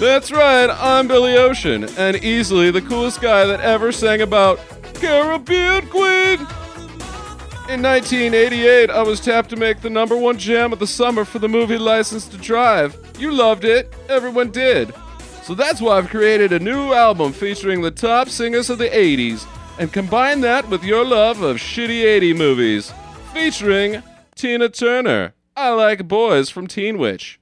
That's right, I'm Billy Ocean, and easily the coolest guy that ever sang about Caribbean Queen. In 1988, I was tapped to make the number one jam of the summer for the movie License to Drive. You loved it, everyone did. So that's why I've created a new album featuring the top singers of the 80s and combine that with your love of shitty 80 movies featuring Tina Turner. I like boys from Teen Witch.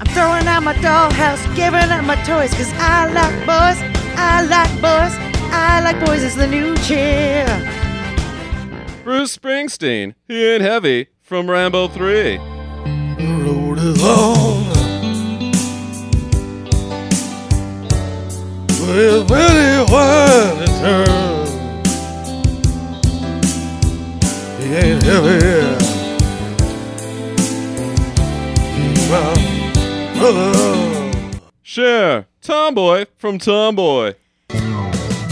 I'm throwing out my dollhouse, giving up my toys, cause I like boys, I like boys, I like boys is the new cheer. Bruce Springsteen, He Ain't Heavy from Rambo 3. The road is long. With many winding turns. He ain't heavy. My brother. Cher, Tomboy from Tomboy.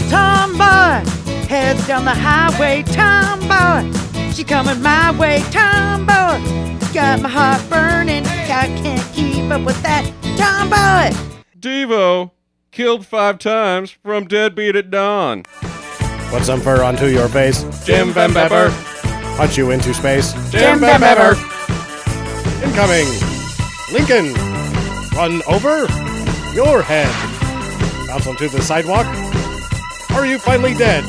Tomboy, heads down the highway, tomboy. She coming my way, tomboy. Got my heart burning, I can't keep up with that, tomboy. Devo, Killed Five Times from Deadbeat at Dawn. Put some fur onto your face, Jim Van Bever, punch you into space. Jim Van Bever, Incoming! Lincoln! Run over your head! Bounce onto the sidewalk? Are you finally dead?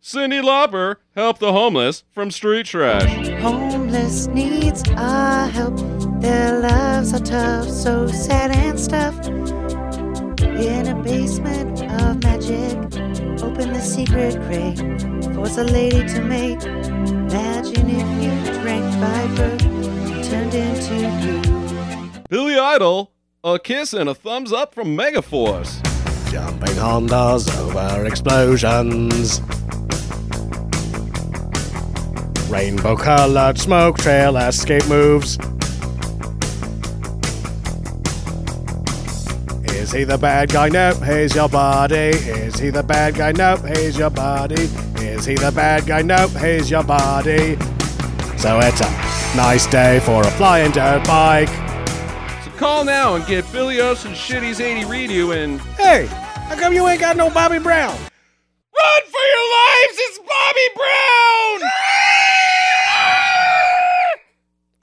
Cindy Lauper, Help the Homeless from Street Trash. Homeless needs our help. Their lives are tough, so sad and stuffed. In a basement of magic, open the secret crate. Force a lady to mate. Imagine if you drank fiber, turned into goo. Billy Idol, A Kiss and a Thumbs Up from Megaforce. Jumping Hondas over explosions. Rainbow colored smoke trail escape moves. Is he the bad guy? Nope, he's your body. Is he the bad guy? Nope, he's your body. Is he the bad guy? Nope, he's your body. So it's a nice day for a flying dirt bike. So call now and get Billy Ocean's Shitty's 80 Read You and Hey, how come you ain't got no Bobby Brown? Run for your lives! It's Bobby Brown!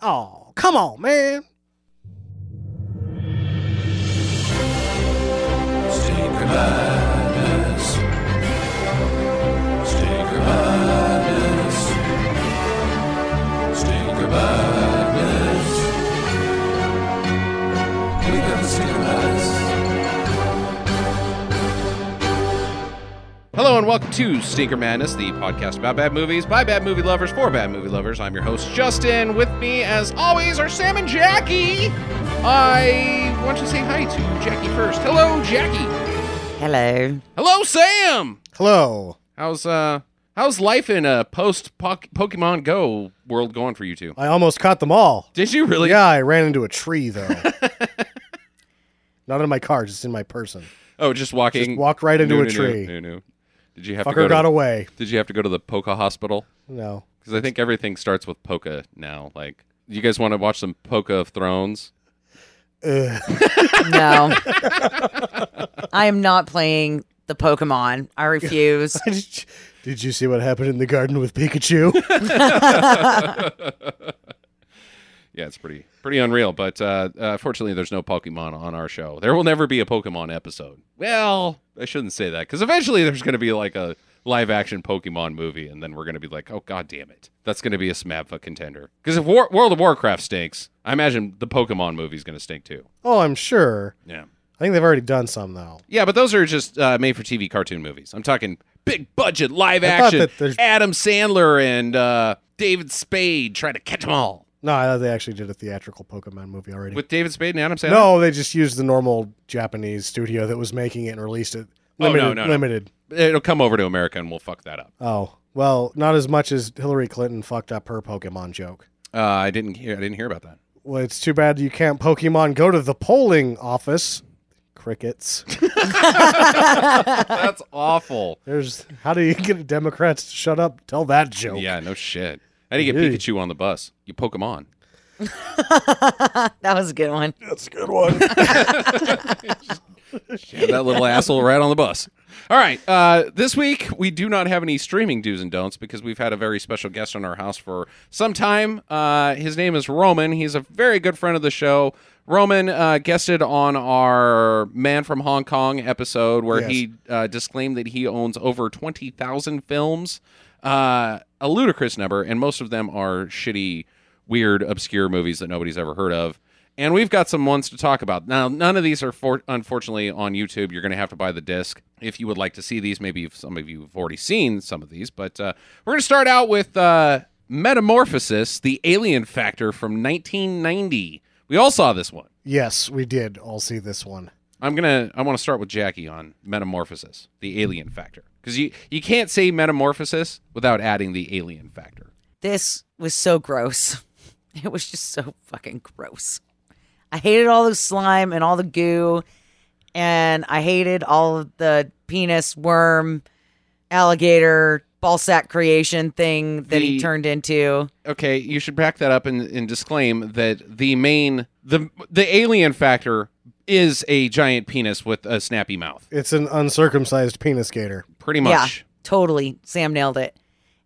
Oh, come on, man. Stinker madness. Stinker madness. Stinker madness. We got the stinker madness. Hello and welcome to Stinker Madness, the podcast about bad movies by bad movie lovers for bad movie lovers. I'm your host Justin. With me, as always, are Sam and Jackie. I want to say hi to Jackie first. Hello, Jackie. Hello. Hello, Sam. Hello. How's uh how's life in a post Pokemon Go world going for you two? I almost caught them all. Did you really? Yeah, I ran into a tree though. Not in my car, just in my person. Oh, just walking. Just walked right into No, a no, no, tree. no, no. Did you have to Fucker go got to, away. Did you have to go to the Poka hospital? No. Because I think everything starts with Poka now. Like, you guys want to watch some Poka of Thrones? Ugh. No. I am not playing the Pokemon. I refuse. Did you see what happened in the garden with Pikachu? Yeah, it's pretty pretty unreal. But uh, uh, fortunately, there's no Pokemon on our show. There will never be a Pokemon episode. Well, I shouldn't say that because eventually there's going to be like a live action Pokemon movie, and then we're going to be like, oh god damn it, that's going to be a Smabfa contender. Because if War- World of Warcraft stinks, I imagine the Pokemon movie's going to stink too. oh, I'm sure. Yeah. I think they've already done some though. Yeah, but those are just uh, made for TV cartoon movies. I'm talking big budget live I thought action. that there's- Adam Sandler and uh, David Spade try to catch them all. No, I thought they actually did a theatrical Pokemon movie already. With David Spade and Adam Sandler? no, they just used the normal Japanese studio that was making it and released it. Oh, no, Limited. no, no. Limited. It'll come over to America and we'll fuck that up. Oh. Well, not as much as Hillary Clinton fucked up her Pokemon joke. Uh, I didn't hear I didn't hear about that. Well, it's too bad you can't Pokemon go to the polling office. Crickets. That's awful. There's how do you get Oh, Democrats to shut up? Tell that joke. Yeah, no shit. How do you get Hey. Pikachu on the bus? You poke him on. That was a good one. That's a good one. Shove that little asshole right on the bus. All right. Uh, this week, we do not have any streaming do's and don'ts because we've had a very special guest on our house for some time. Uh, his name is Roman. He's a very good friend of the show. Roman uh, guested on our Man from Hong Kong episode where Yes. he uh, disclaimed that he owns over 20,000 films, uh, a ludicrous number, and most of them are shitty, weird, obscure movies that nobody's ever heard of. And we've got some ones to talk about. Now, none of these are for- unfortunately on YouTube. You're going to have to buy the disc if you would like to see these. Maybe if some of you have already seen some of these, but uh, we're going to start out with uh, Metamorphosis, the Alien Factor from 1990. We all saw this one. yes, we did all see this one. I'm gonna. I want to start with Jackie on Metamorphosis, the Alien Factor, because you you can't say Metamorphosis without adding the Alien Factor. This was so gross. It was just so fucking gross. I hated all the slime and all the goo, and I hated all of the penis, worm, alligator, ball sack creation thing that he The- turned into. okay, you should back that up and, and disclaim that the main the the alien factor is a giant penis with a snappy mouth, It's an uncircumcised penis gator. pretty much. Yeah, totally. Sam nailed it.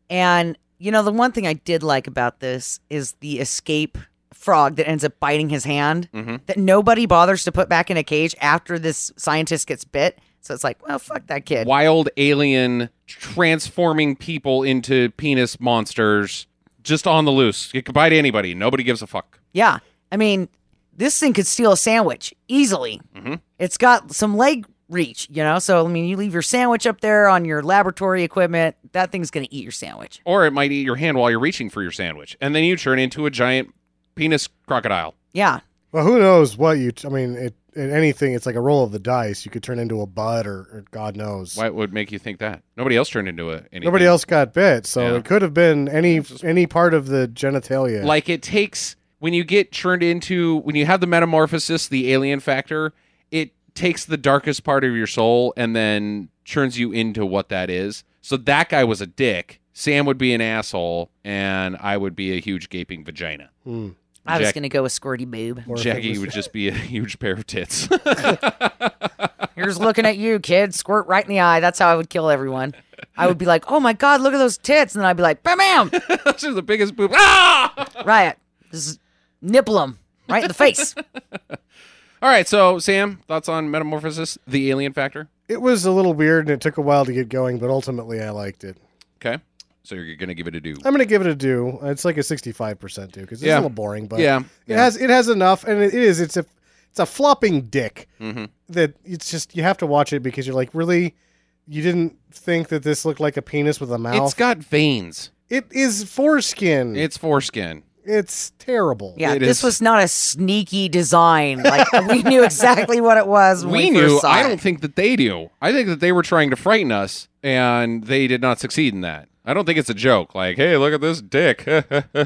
And you know, the one thing I did like about this is the escape frog that ends up biting his hand that nobody bothers to put back in a cage after this scientist gets bit. So it's like, well, fuck that kid. Wild alien transforming people into penis monsters, just on the loose. It could bite anybody. Nobody gives a fuck. Yeah. I mean, this thing could steal a sandwich easily. Mm-hmm. It's got some leg reach, you know? So, I mean, you leave your sandwich up there on your laboratory equipment, that thing's going to eat your sandwich. Or it might eat your hand while you're reaching for your sandwich, and then you turn into a giant penis crocodile. Yeah. Well, who knows what you? T- I mean, it, in anything, it's like a roll of the dice. You could turn into a bud, or, or God knows. Why would make you think that? Nobody else turned into a anything. Nobody else got bit, so Yeah. it could have been any any part of the genitalia. Like it takes when you get turned into when you have the metamorphosis, the alien factor, it takes the darkest part of your soul and then turns you into what that is. So that guy was a dick. Sam would be an asshole, and I would be a huge gaping vagina. Hmm. I was Jack- going to go with Squirty Boob. Or if it Jackie was- would just be a huge pair of tits. Here's looking at you, kid. Squirt right in the eye. That's how I would kill everyone. I would be like, oh my God, look at those tits. And then I'd be like, bam, bam, Those are the biggest boob. Ah! riot. This is nipple 'em right in the face. All right, so Sam, thoughts on metamorphosis, the alien factor? it was a little weird, and it took a while to get going, but ultimately, I liked it. Okay, so you're gonna give it a do. I'm gonna give it a do. It's like a 65 percent do because it's Yeah. a little boring, but Yeah, it has it has enough, and it is it's a it's a flopping dick Mhm. that it's just you have to watch it because you're like really you didn't think that this looked like a penis with a mouth. It's got veins. it is foreskin. It's foreskin. it's terrible. Yeah, It this is- was not a sneaky design. Like, we knew exactly what it was. When we, we knew. First saw I it. don't think that they do. I think that they were trying to frighten us, and they did not succeed in that. I don't think it's a joke. Like, hey, look at this dick. I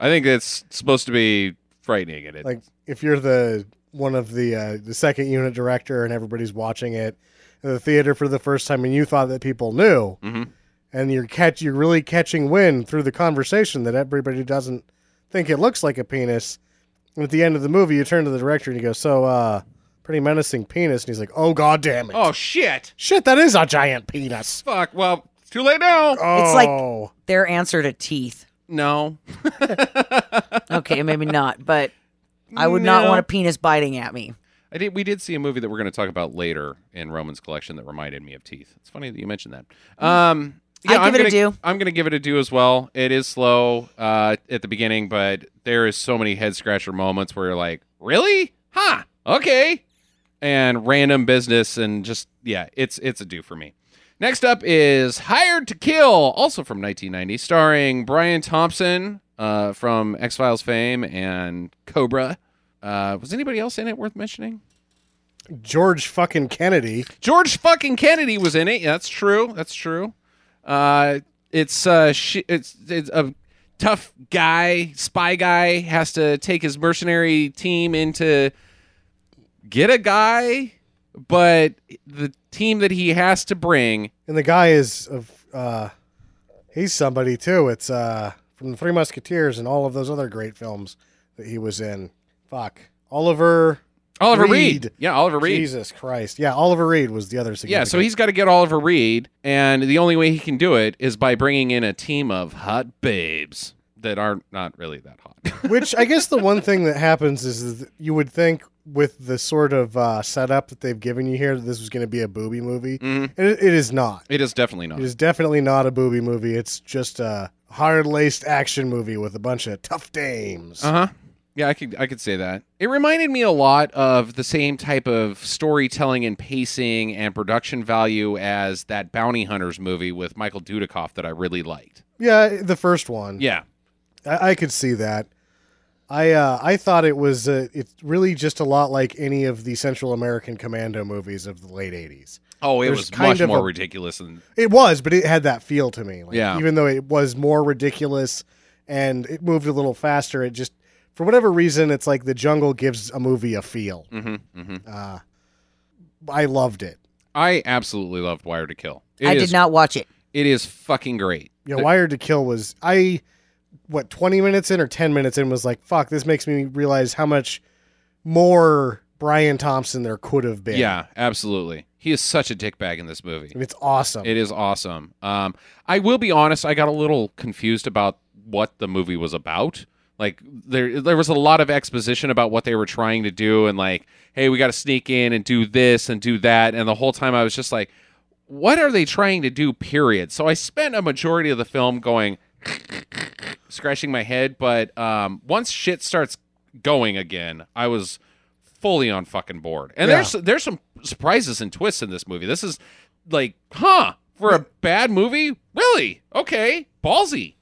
think it's supposed to be frightening. And it, like if you're the one of the uh, the second unit director and everybody's watching it in the theater for the first time and you thought that people knew Mhm. and you're catch you're really catching wind through the conversation that everybody doesn't think it looks like a penis and at the end of the movie you turn to the director and you go so uh pretty menacing penis and he's like oh god damn it oh shit! shit that is a giant penis Fuck. Well, it's too late now. It's like- Oh. Their answer to teeth. no. Okay, maybe not, but I would not No. want a penis biting at me. I did. We did see a movie that we're going to talk about later in Roman's collection that reminded me of teeth. It's funny that you mentioned that. Um, yeah, Mm. am I'd give it gonna, a do. I'm going to give it a do as well. It is slow uh, at the beginning, but there is so many head scratcher moments where you're like, "Really? Huh? Okay." And random business and just yeah, it's it's a do for me. Next up is Hired to Kill, also from 1990, starring Brian Thompson uh, from X Files fame and Cobra. Uh, was anybody else in it worth mentioning? george fucking kennedy George fucking Kennedy was in it. Yeah, that's true. That's true. Uh, it's uh, sh- it's it's a tough guy, spy guy, has to take his mercenary team into get a guy, but the team that he has to bring. and the guy is of uh he's somebody too it's uh from the three musketeers and all of those other great films that he was in. Fuck. Oliver. Oliver Reed. Reed. Yeah, Oliver Reed. Jesus Christ. Yeah, Oliver Reed was the other Yeah, significant. so he's got to get Oliver Reed, and the only way he can do it is by bringing in a team of hot babes that are not really that hot. Which I guess the one thing that happens is that you would think with the sort of uh, setup that they've given you here that this was going to be a booby movie. Mhm. And it, it is not. it is definitely not. It is definitely not a booby movie. It's just a hard laced action movie with a bunch of tough dames. Uh huh. Yeah, I could I could say that. It reminded me a lot of the same type of storytelling and pacing and production value as that Bounty Hunters movie with Michael Dudikoff that I really liked. Yeah, the first one. Yeah. I, I could see that. I uh, I thought it was uh, it's really just a lot like any of the Central American Commando movies of the late '80s. Oh, it There's was kind much of more a- ridiculous than It was, but it had that feel to me. Like, Yeah. Even though it was more ridiculous and it moved a little faster, it just for whatever reason it's like the jungle gives a movie a feel. hmm hmm Uh, I loved it. I absolutely loved Wire to Kill. It I is- did not watch it. It is fucking great. Yeah, The- Wired to Kill was I what 20 minutes in or 10 minutes in was like, fuck, this makes me realize how much more Brian Thompson there could have been. Yeah, absolutely. He is such a dickbag in this movie. And it's awesome. It is awesome. Um, I will be honest. I got a little confused about what the movie was about. Like there, there was a lot of exposition about what they were trying to do, and like, hey, we got to sneak in and do this and do that. And the whole time, I was just like, what are they trying to do? Period. So I spent a majority of the film going, scratching my head. But um, once shit starts going again, I was fully on fucking board. And Yeah. there's there's some surprises and twists in this movie. This is like, huh, for a bad movie? Really? Okay, ballsy.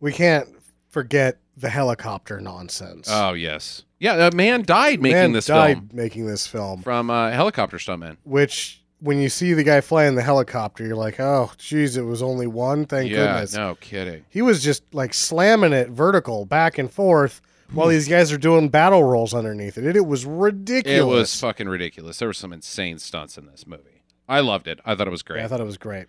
we can't forget the helicopter nonsense. Oh yes, yeah. A man died making Man this died film making this film. from uh, helicopter stuntman. which when you see the guy flying the helicopter, you're like, oh, geez, it was only one. Thank yeah, goodness. no kidding. He was just like slamming it vertical back and forth while these guys are doing battle rolls underneath it. It, it was ridiculous. It was fucking ridiculous. There were some insane stunts in this movie. I loved it. I thought it was great. Yeah, I thought it was great.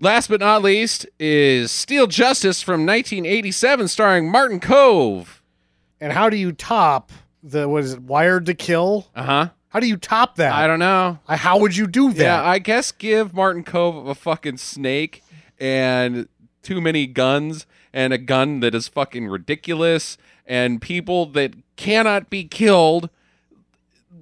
Last but not least is Steel Justice from 1987, starring Martin Cove. And how do you top the what is it? Wired to Kill? Uh huh. How do you top that? I don't know. I- how would you do that? Yeah, I guess give Martin Cove a fucking snake and too many guns and a gun that is fucking ridiculous and people that cannot be killed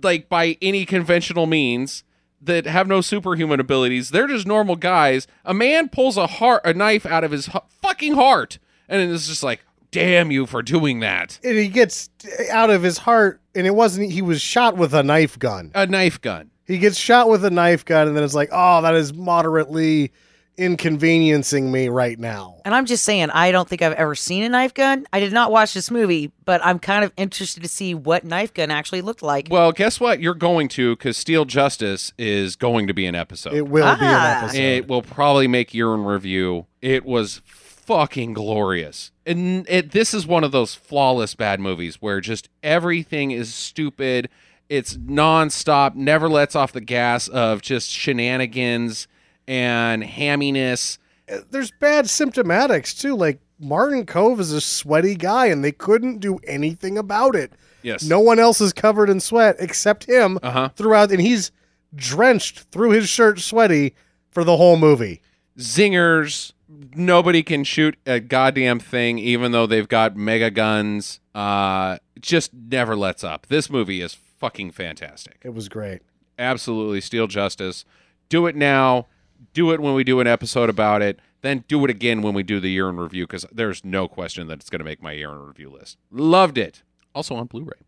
like by any conventional means that have no superhuman abilities. They're just normal guys. A man pulls a heart a knife out of his hu- fucking heart and it's just like, "Damn you for doing that." and he gets out of his heart, and it wasn't. He was shot with a knife gun. A knife gun. He gets shot with a knife gun, and then it's like, oh, that is moderately inconveniencing me right now. And I'm just saying, I don't think I've ever seen a knife gun. I did not watch this movie, but I'm kind of interested to see what knife gun actually looked like. Well, guess what? You're going to cuz Steel Justice is going to be an episode. It will be Ah. an episode. It will probably make year in review. It was fucking glorious. And it, this is one of those flawless bad movies where just everything is stupid. It's nonstop, never lets off the gas of just shenanigans and hamminess. There's bad symptomatics too. Like Martin Cove is a sweaty guy, and they couldn't do anything about it. Yes. No one else is covered in sweat except him Uh huh. throughout, and he's drenched through his shirt, sweaty for the whole movie. Zingers. Nobody can shoot a goddamn thing, even though they've got mega guns. Uh, just never lets up. This movie is fucking fantastic. It was great. absolutely steal justice. Do it now. Do it when we do an episode about it. Then do it again when we do the year in review because there's no question that it's going to make my year in review list. Loved it. Also on Blu ray.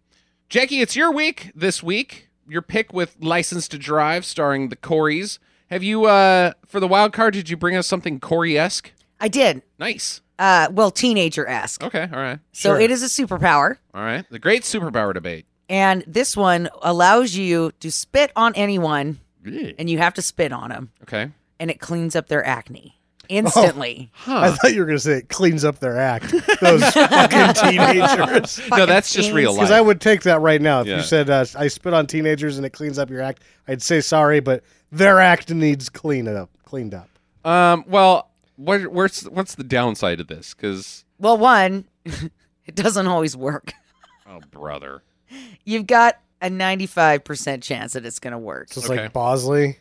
Jackie, it's your week this week. Your pick with License to Drive starring the Coreys. Have you, uh, for the wild card, did you bring us something Corey esque? I did. Nice. Uh, well, teenager esque. Okay. All right. So Sure. it is a superpower. All right. The great superpower debate. And this one allows you to spit on anyone, Okay. and you have to spit on them, and it cleans up their acne instantly. I Huh. thought you were gonna say it cleans up their act. Those fucking teenagers. No, that's just teens. real Because life. I would take that right now. If Yeah. you said uh, I spit on teenagers and it cleans up your act, I'd say sorry, but their act needs clean up, cleaned up. Um, well, what, where's what's the downside of this? Because Well, one, It doesn't always work. Oh, brother. You've got a 95% chance that it's going to work. So it's Okay. like Bosley.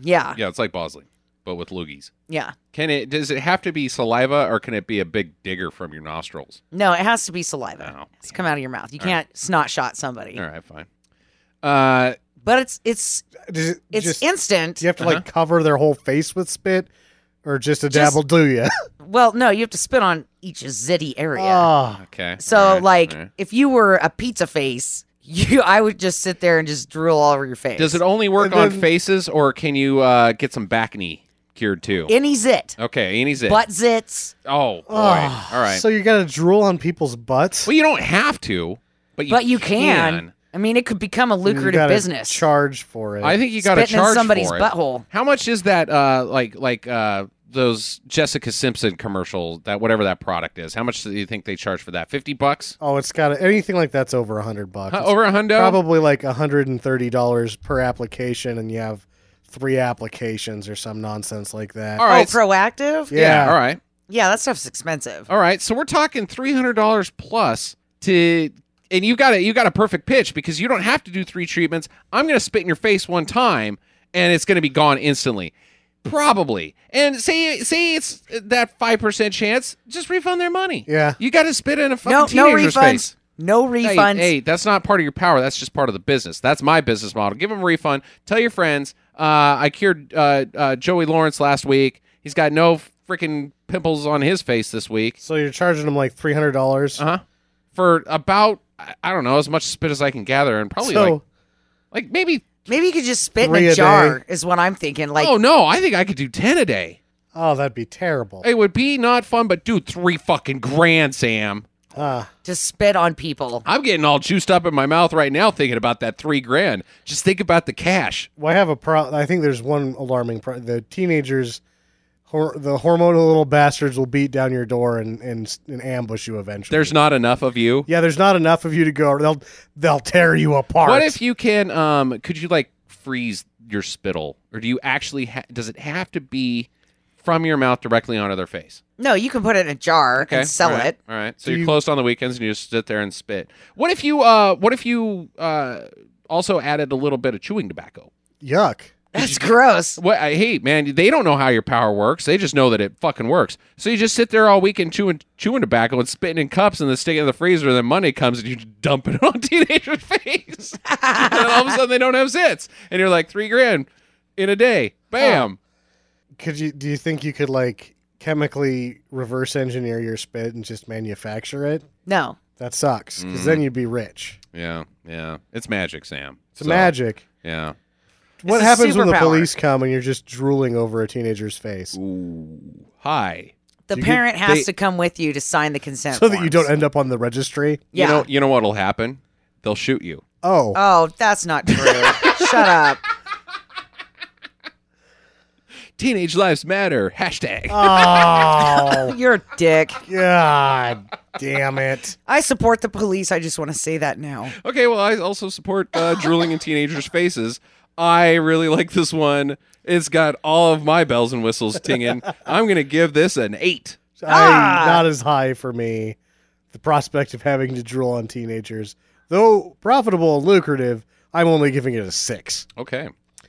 Yeah. Yeah, it's like Bosley, but with loogies. Yeah. Can it? Does it have to be saliva, or can it be a big digger from your nostrils? No, it has to be saliva. Oh, it's come out of your mouth. You can't snot shot somebody. All right, fine. Uh, But it's it's Does it it's just- instant. do you have to like Uh-huh. cover their whole face with spit, or just a Just- dabble? Do you? Well, no, you have to spit on each zitty area. Ah, okay. all so right, like all right. if you were a pizza face, you I would just sit there and just drool all over your face. does it only work And on then- faces, or can you uh, get some back knee cured too? any zit. okay, any zit. Butt zits. oh boy. ah. all right. So you gotta drool on people's butts. well, you don't have to, but you but you can. can. I mean, it could become a You lucrative gotta business. Charge for it. I think you got to Spitting charge in somebody's for it. butthole. How much is that? Uh, like like uh, those Jessica Simpson commercials. That whatever that product is. How much do you think they charge for that? Fifty bucks? oh, it's got to anything like that's over a hundred bucks. Huh, It's over a hundo? probably like hundred and thirty dollars per application, and you have three applications or some nonsense like that. All right. Oh, proactive? Yeah. All right. Yeah, that stuff's expensive. All right. So we're talking three hundred dollars plus to, and you got it. You got a perfect pitch because you don't have to do three treatments. I'm going to spit in your face one time, and it's going to be gone instantly, probably. And say say it's that five percent chance. Just refund their money. Yeah. You got to spit in a fucking No, no teenager's refunds. face. No Hey, refunds. Hey, that's not part of your power. That's just part of the business. That's my business model. Give them a refund. Tell your friends. Uh, I cured uh, uh, Joey Lawrence last week. He's got no freaking pimples on his face this week So you're charging them like three hundred dollars. Uh-huh. for about I- I don't know as much spit as I can gather, and probably So oh, like like maybe. Maybe you could just spit in Three a a jar, is what I'm thinking. Like, oh no, I think I could do ten a day. oh, that'd be terrible. It would be not fun, but dude, three fucking grand, Sam. Ah, to spit on people. I'm getting all juiced up in my mouth right now thinking about that three grand. Just think about the cash. well, I have a pro. I think there's one alarming. Pro- the teenagers, hor- the hormonal little bastards, will beat down your door and and, and ambush you eventually. There's not enough of you. yeah, there's not enough of you to go. They'll they'll tear you apart. What if you can? Um, could you like freeze your spittle, or do you actually? Ha- does it have to be from your mouth directly onto their face? No, you can put it in a jar Okay, and sell all right, it. All right. So Do you're you- closed on the weekends, and you just sit there and spit. What if you? Uh, what if you? Uh, also added a little bit of chewing tobacco. Yuck. That's gross. What I hate, man, they don't know how your power works. They just know that it fucking works. So you just sit there all weekend chewing chewing tobacco and spitting in cups and then sticking it in the freezer. And then Monday comes and you just dump it on teenager's face. and then all of a sudden they don't have zits. And you're like three grand in a day. Bam. Could you? Do you think you could like chemically reverse engineer your spit and just manufacture it? No. That sucks. Because Mm. then you'd be rich. Yeah, yeah. It's magic, Sam. It's magic. Yeah. What a happens when the superpower. police come and you're just drooling over a teenager's face? Hi. The You could- parent has they- to come with you to sign the consent so that you don't forms. end up on the registry. Yeah. You know you know what'll happen? They'll shoot you. Oh, oh, that's not true. Shut up. Teenage lives matter. Hashtag. oh, You're a dick. god, damn it! I support the police. I just want to say that now. Okay, well, I also support uh, drooling in teenagers' faces. I really like this one. It's got all of my bells and whistles tinging. I'm going to give this an eight. I, not as high for me. The prospect of having to drool on teenagers, though profitable and lucrative, I'm only giving it a six. Okay.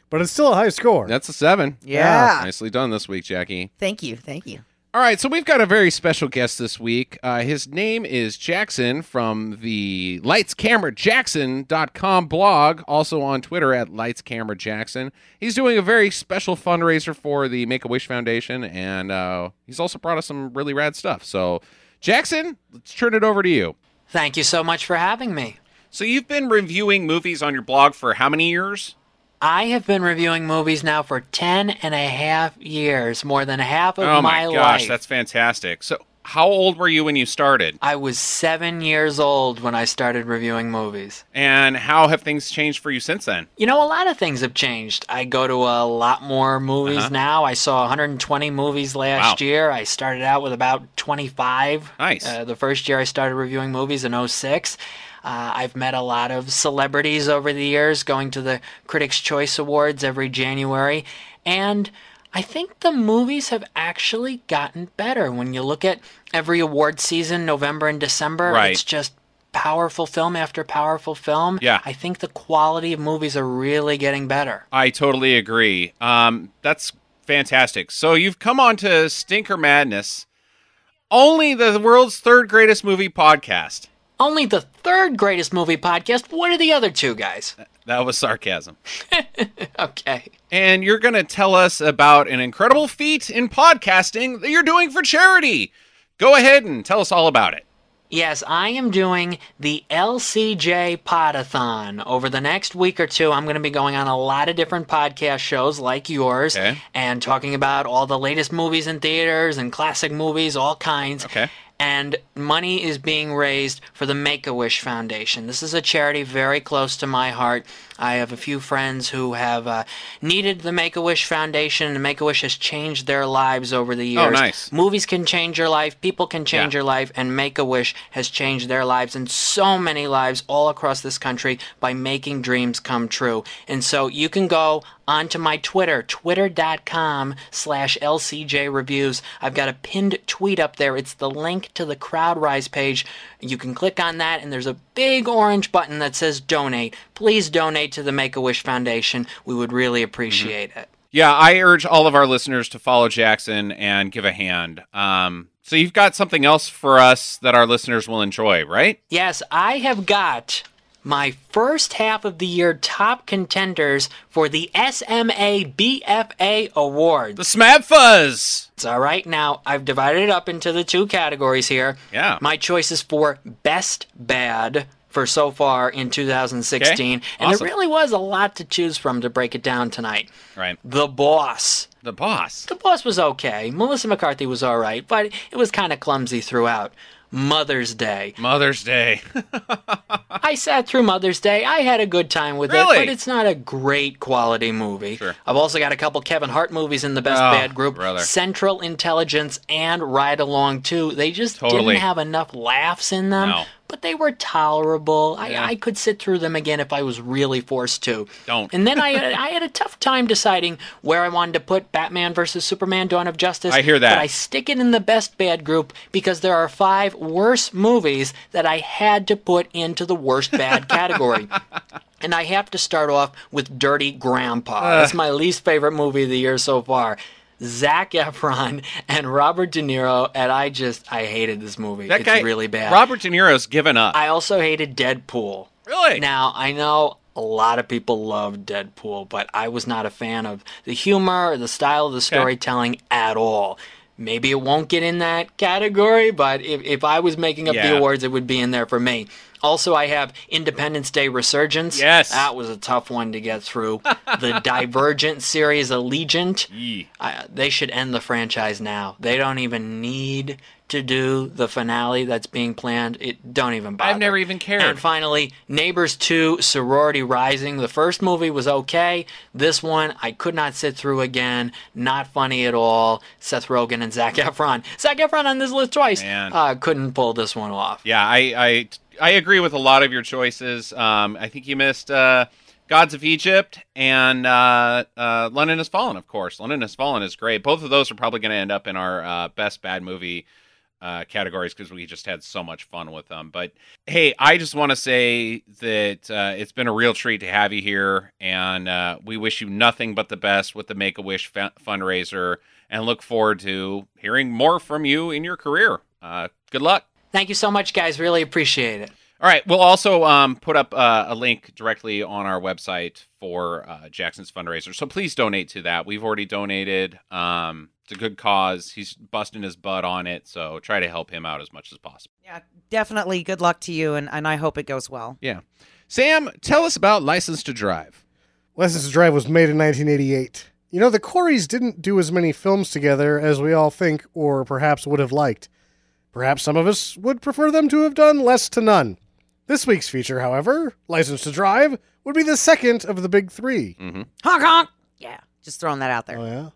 But it's still a high score. That's a seven. Yeah. Nicely done this week, Jackie. Thank you. Thank you. All right, so we've got a very special guest this week. Uh, his name is Jackson from the lightscamerajackson.com blog, also on Twitter at lightscamerajackson. He's doing a very special fundraiser for the Make a Wish Foundation, and uh, he's also brought us some really rad stuff. So, Jackson, let's turn it over to you. Thank you so much for having me. So, you've been reviewing movies on your blog for how many years? I have been reviewing movies now for 10 and a half years, more than half of Oh my, gosh, life. that's fantastic. So, how old were you when you started? I was seven years old when I started reviewing movies. And how have things changed for you since then? You know, a lot of things have changed. I go to a lot more movies now. I saw 120 movies last Uh-huh. Wow. year. I started out with about 25. Nice. Uh, the first year I started reviewing movies in 06. Uh, I've met a lot of celebrities over the years, going to the Critics' Choice Awards every January. And I think the movies have actually gotten better. When you look at every award season, November and December, Right. it's just powerful film after powerful film. Yeah. I think the quality of movies are really getting better. I totally agree. Um, that's fantastic. So you've come on to Stinker Madness, only the world's third greatest movie podcast. Only the third greatest movie podcast. What are the other two guys? That was sarcasm. Okay. And you're going to tell us about an incredible feat in podcasting that you're doing for charity. Go ahead and tell us all about it. Yes, I am doing the LCJ Podathon. Over the next week or two, I'm going to be going on a lot of different podcast shows like yours Okay. and talking about all the latest movies in theaters and classic movies, all kinds. Okay. And money is being raised for the Make a Wish Foundation. This is a charity very close to my heart. I have a few friends who have uh, needed the Make a Wish Foundation, and Make a Wish has changed their lives over the years. Oh, nice. Movies can change your life, people can change Yeah. your life, and Make a Wish has changed their lives and so many lives all across this country by making dreams come true. And so you can go onto my Twitter, twitter.com slash LCJ reviews. I've got a pinned tweet up there. It's the link to the CrowdRise page. You can click on that, and there's a big orange button that says donate. Please donate to the Make a Wish Foundation. We would Mm-hmm. really appreciate it. Yeah, I urge all of our listeners to follow Jackson and give a hand. Um, so you've got something else for us that our listeners will enjoy, right? Yes, I have got my first half of the year top contenders for the SMA BFA The Awards. Smab Fuzz. All right, now I've divided it up into the two categories here. Yeah. My choices for best bad for so far in 2016. Okay, And awesome. there really was a lot to choose from to break it down tonight. Right. The Boss. The boss. The boss was okay. Melissa McCarthy was all right, but it was kind of clumsy throughout. Mother's Day. Mother's Day. I sat through Mother's Day. I had a good time with Really? it, but it's not a great quality movie. Sure. I've also got a couple Kevin Hart movies in the Best Oh, Bad group brother. Central Intelligence and Ride Along 2. They just Totally. didn't have enough laughs in them, No. but they were tolerable. I, I could sit through them again if I was really forced to. Don't. And then I, I had a tough time deciding where I wanted to put Batman versus Superman Dawn of Justice. I hear that. But I stick it in the best bad group because there are five worse movies that I had to put into the worst bad category. and I have to start off with Dirty Grandpa. That's my least favorite movie of the year so far. Zach Efron and Robert De Niro, and I just I hated this movie. That it's guy really bad. Robert De Niro's given up. I also hated Deadpool. Really? Now, I know a lot of people loved Deadpool, but I was not a fan of the humor or the style of the storytelling at all. Maybe it won't get in that category, but if, if I was making up Yeah. the awards, it would be in there for me. Also, I have Independence Day Resurgence. Yes. That was a tough one to get through. the Divergent series, Allegiant. Yee. I, they should end the franchise now. They don't even need to do the finale that's being planned. It don't even bother. never even cared. And finally, Neighbors 2 Sorority Rising. The first movie was okay. This one I could not sit through again. Not funny at all. Seth Rogen and Zach Efron. Zach Efron on this list twice. Man. Uh, couldn't pull this one off. yeah, I, I I agree with a lot of your choices. Um, I think you missed uh, Gods of Egypt and uh, uh, London Has Fallen, of course. London Has Fallen is great. Both of those are probably going to end up in our uh, best bad movie uh, categories because we just had so much fun with them. But hey, I just want to say that uh, it's been a real treat to have you here, and uh, we wish you nothing but the best with the Make a Wish fa- fundraiser, and look forward to hearing more from you in your career. Uh, good luck. Thank you so much, guys. Really appreciate it. All right. We'll also um, put up uh, a link directly on our website for uh, Jackson's fundraiser. So please donate to that. We've already donated. Um, it's a good cause. He's busting his butt on it. So try to help him out as much as possible. Yeah, definitely. Good luck to you, and, and I hope it goes well. Yeah. Sam, tell us about License to Drive. License to Drive was made in 1988. You know, the Coreys didn't do as many films together as we all think or perhaps would have liked. Perhaps some of us would prefer them to have done less to none. This week's feature, however, License to Drive, would be the second of the big three. Honk honk. Yeah, just throwing that out there. Oh, yeah.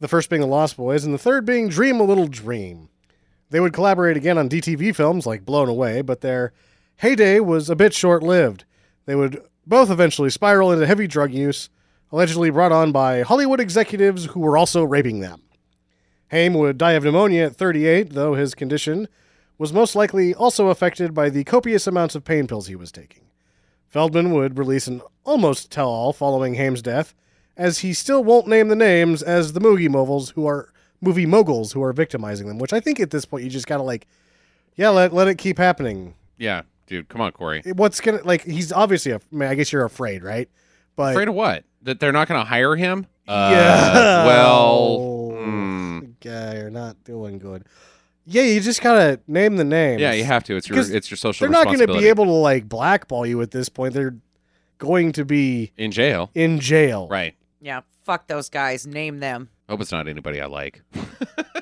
The first being The Lost Boys, and the third being Dream a Little Dream. They would collaborate again on DTV films like Blown Away, but their heyday was a bit short lived. They would both eventually spiral into heavy drug use, allegedly brought on by Hollywood executives who were also raping them. Haim would die of pneumonia at 38, though his condition was most likely also affected by the copious amounts of pain pills he was taking. Feldman would release an almost tell all following Haim's death, as he still won't name the names as the movie moguls who are movie moguls who are victimizing them, which I think at this point you just gotta like yeah, let, let it keep happening. Yeah, dude, come on, Corey. What's gonna like he's obviously af- I, mean, I guess you're afraid, right? But Afraid of what? That they're not going to hire him? Uh, yeah. Well. hmm. yeah, you're not doing good. Yeah, you just gotta name the names. Yeah, you have to. It's your Because it's your social. They're not going to responsibility. be able to like blackball you at this point. They're going to be in jail, in jail. right? Yeah, fuck those guys. Name them. Hope it's not anybody I like.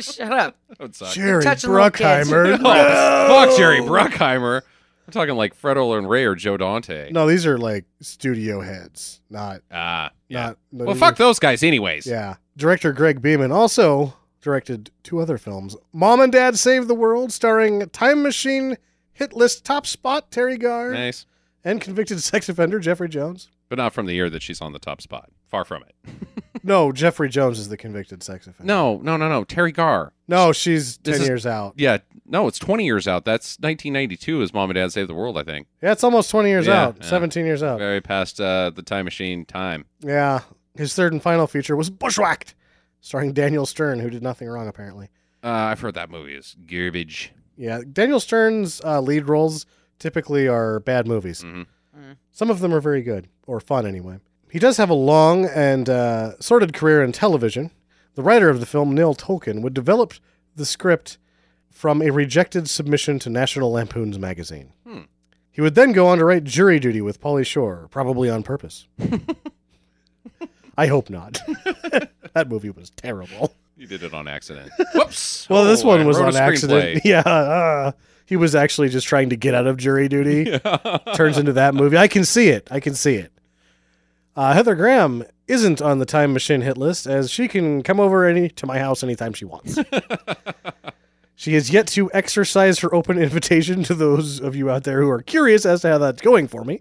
Shut up. That would suck. Jerry touching little kids. Bruckheimer. Oh, no! Fuck Jerry Bruckheimer. I'm talking like Fred Olen Ray or Joe Dante. No, these are like studio heads, not Ah, yeah. not. no, well, these fuck are- those guys, anyways. Yeah, director Greg Beeman also directed two other films: Mom and Dad Save the World, starring Time Machine hit list top spot Terry Garr Nice, and convicted sex offender Jeffrey Jones. but not from the year that she's on the top spot. Far from it. No, Jeffrey Jones is the convicted sex offender. No, no, no, no. Terry Garr. no, she's This ten is- years out. Yeah, no, it's 20 years out. That's 1992 is Mom and Dad Save the World, I think. Yeah, it's almost 20 years Yeah, out, yeah. 17 years out. Very past uh, the time machine time. Yeah. His third and final feature was Bushwhacked, starring Daniel Stern, who did nothing wrong, apparently. Uh, I've heard that movie is garbage. Yeah, Daniel Stern's uh, lead roles typically are bad movies. Mhm. Mm. Some of them are very good, or fun anyway. He does have a long and uh, sordid career in television. The writer of the film, Neil Tolkien, would develop the script from a rejected submission to National Lampoon's magazine. Hmm. He would then go on to write Jury Duty with Polly Shore, probably on purpose. I hope not. that movie was terrible. You did it on accident. Whoops. Well, this one one was on accident. Yeah, uh, he was actually just trying to get out of jury duty. Turns into that movie. I can see it. I can see it. Uh, Heather Graham isn't on the Time Machine hit list as she can come over any to my house anytime she wants. she has yet to exercise her open invitation to those of you out there who are curious as to how that's going for me.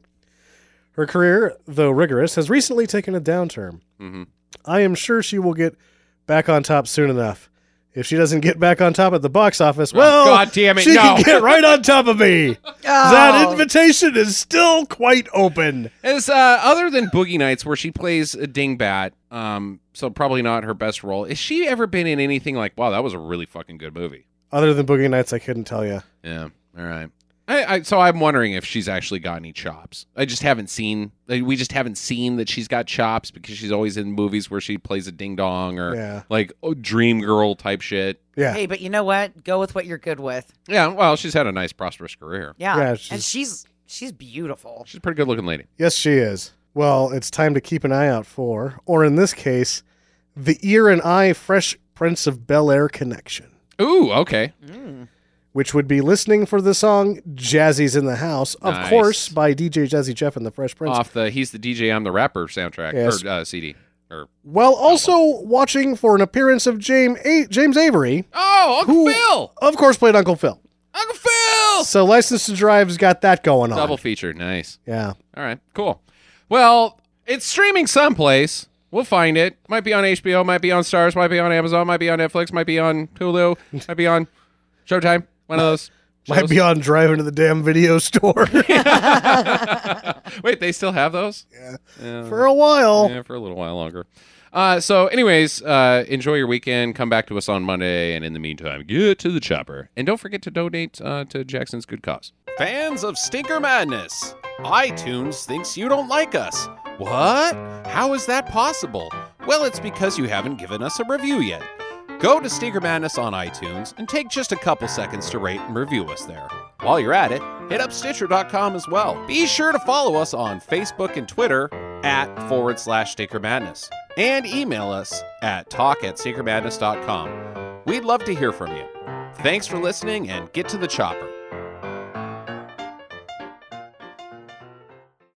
Her career, though rigorous, has recently taken a downturn. hmm I am sure she will get back on top soon enough. If she doesn't get back on top at the box office, well, Oh, God damn it, she no. can get right on top of me. Oh, That invitation is still quite open. As uh, other than Boogie Nights, where she plays a dingbat, um, so probably not her best role. Has she ever been in anything like, wow, that was a really fucking good movie? Other than Boogie Nights, I couldn't tell you. Yeah. All right. I, I, so I'm wondering if she's actually got any chops. I just haven't seen. Like, we just haven't seen that she's got chops because she's always in movies where she plays a ding dong or Yeah, like oh, dream girl type shit. yeah, Hey, but you know what? Go with what you're good with. Yeah. Well, she's had a nice prosperous career. Yeah. Yeah, and she's- she's she's beautiful. She's a pretty good looking lady. yes, she is. Well, it's time to keep an eye out for, or in this case, the ear and eye Fresh Prince of Bel Air connection. Ooh. Okay. which would be listening for the song Jazzy's in the House, of Nice. course, by DJ Jazzy Jeff and the Fresh Prince. Off the he's the DJ I'm the rapper soundtrack Yes. or uh, CD or while also watching for an appearance of James, A- James Avery, oh Uncle Who- Phil. of course, played Uncle Phil. Uncle Phil. So License to Drive's got that going on. Double feature. Nice. Yeah. All right, cool. Well, it's streaming someplace. We'll find it. Might be on HBO, might be on Stars, might be on Amazon, might be on Netflix, might be on Hulu, might be on Showtime. One of those. Might shows. be on driving to the damn video store Wait, they still have those? Yeah. for a while. Yeah, for a little while longer. Uh, so, anyways, uh, enjoy your weekend. Come back to us on Monday. And in the meantime, get to the chopper. And don't forget to donate uh, to Jackson's Good Cause. Fans of Stinker Madness, iTunes thinks you don't like us. What? How is that possible? Well, it's because you haven't given us a review yet. Go to Stinker Madness on iTunes and take just a couple seconds to rate and review us there. While you're at it, hit up Stitcher.com as well. Be sure to follow us on Facebook and Twitter at forward slash Stinker Madness and email us at talk at stinkermadness.com. We'd love to hear from you. Thanks for listening and get to the chopper.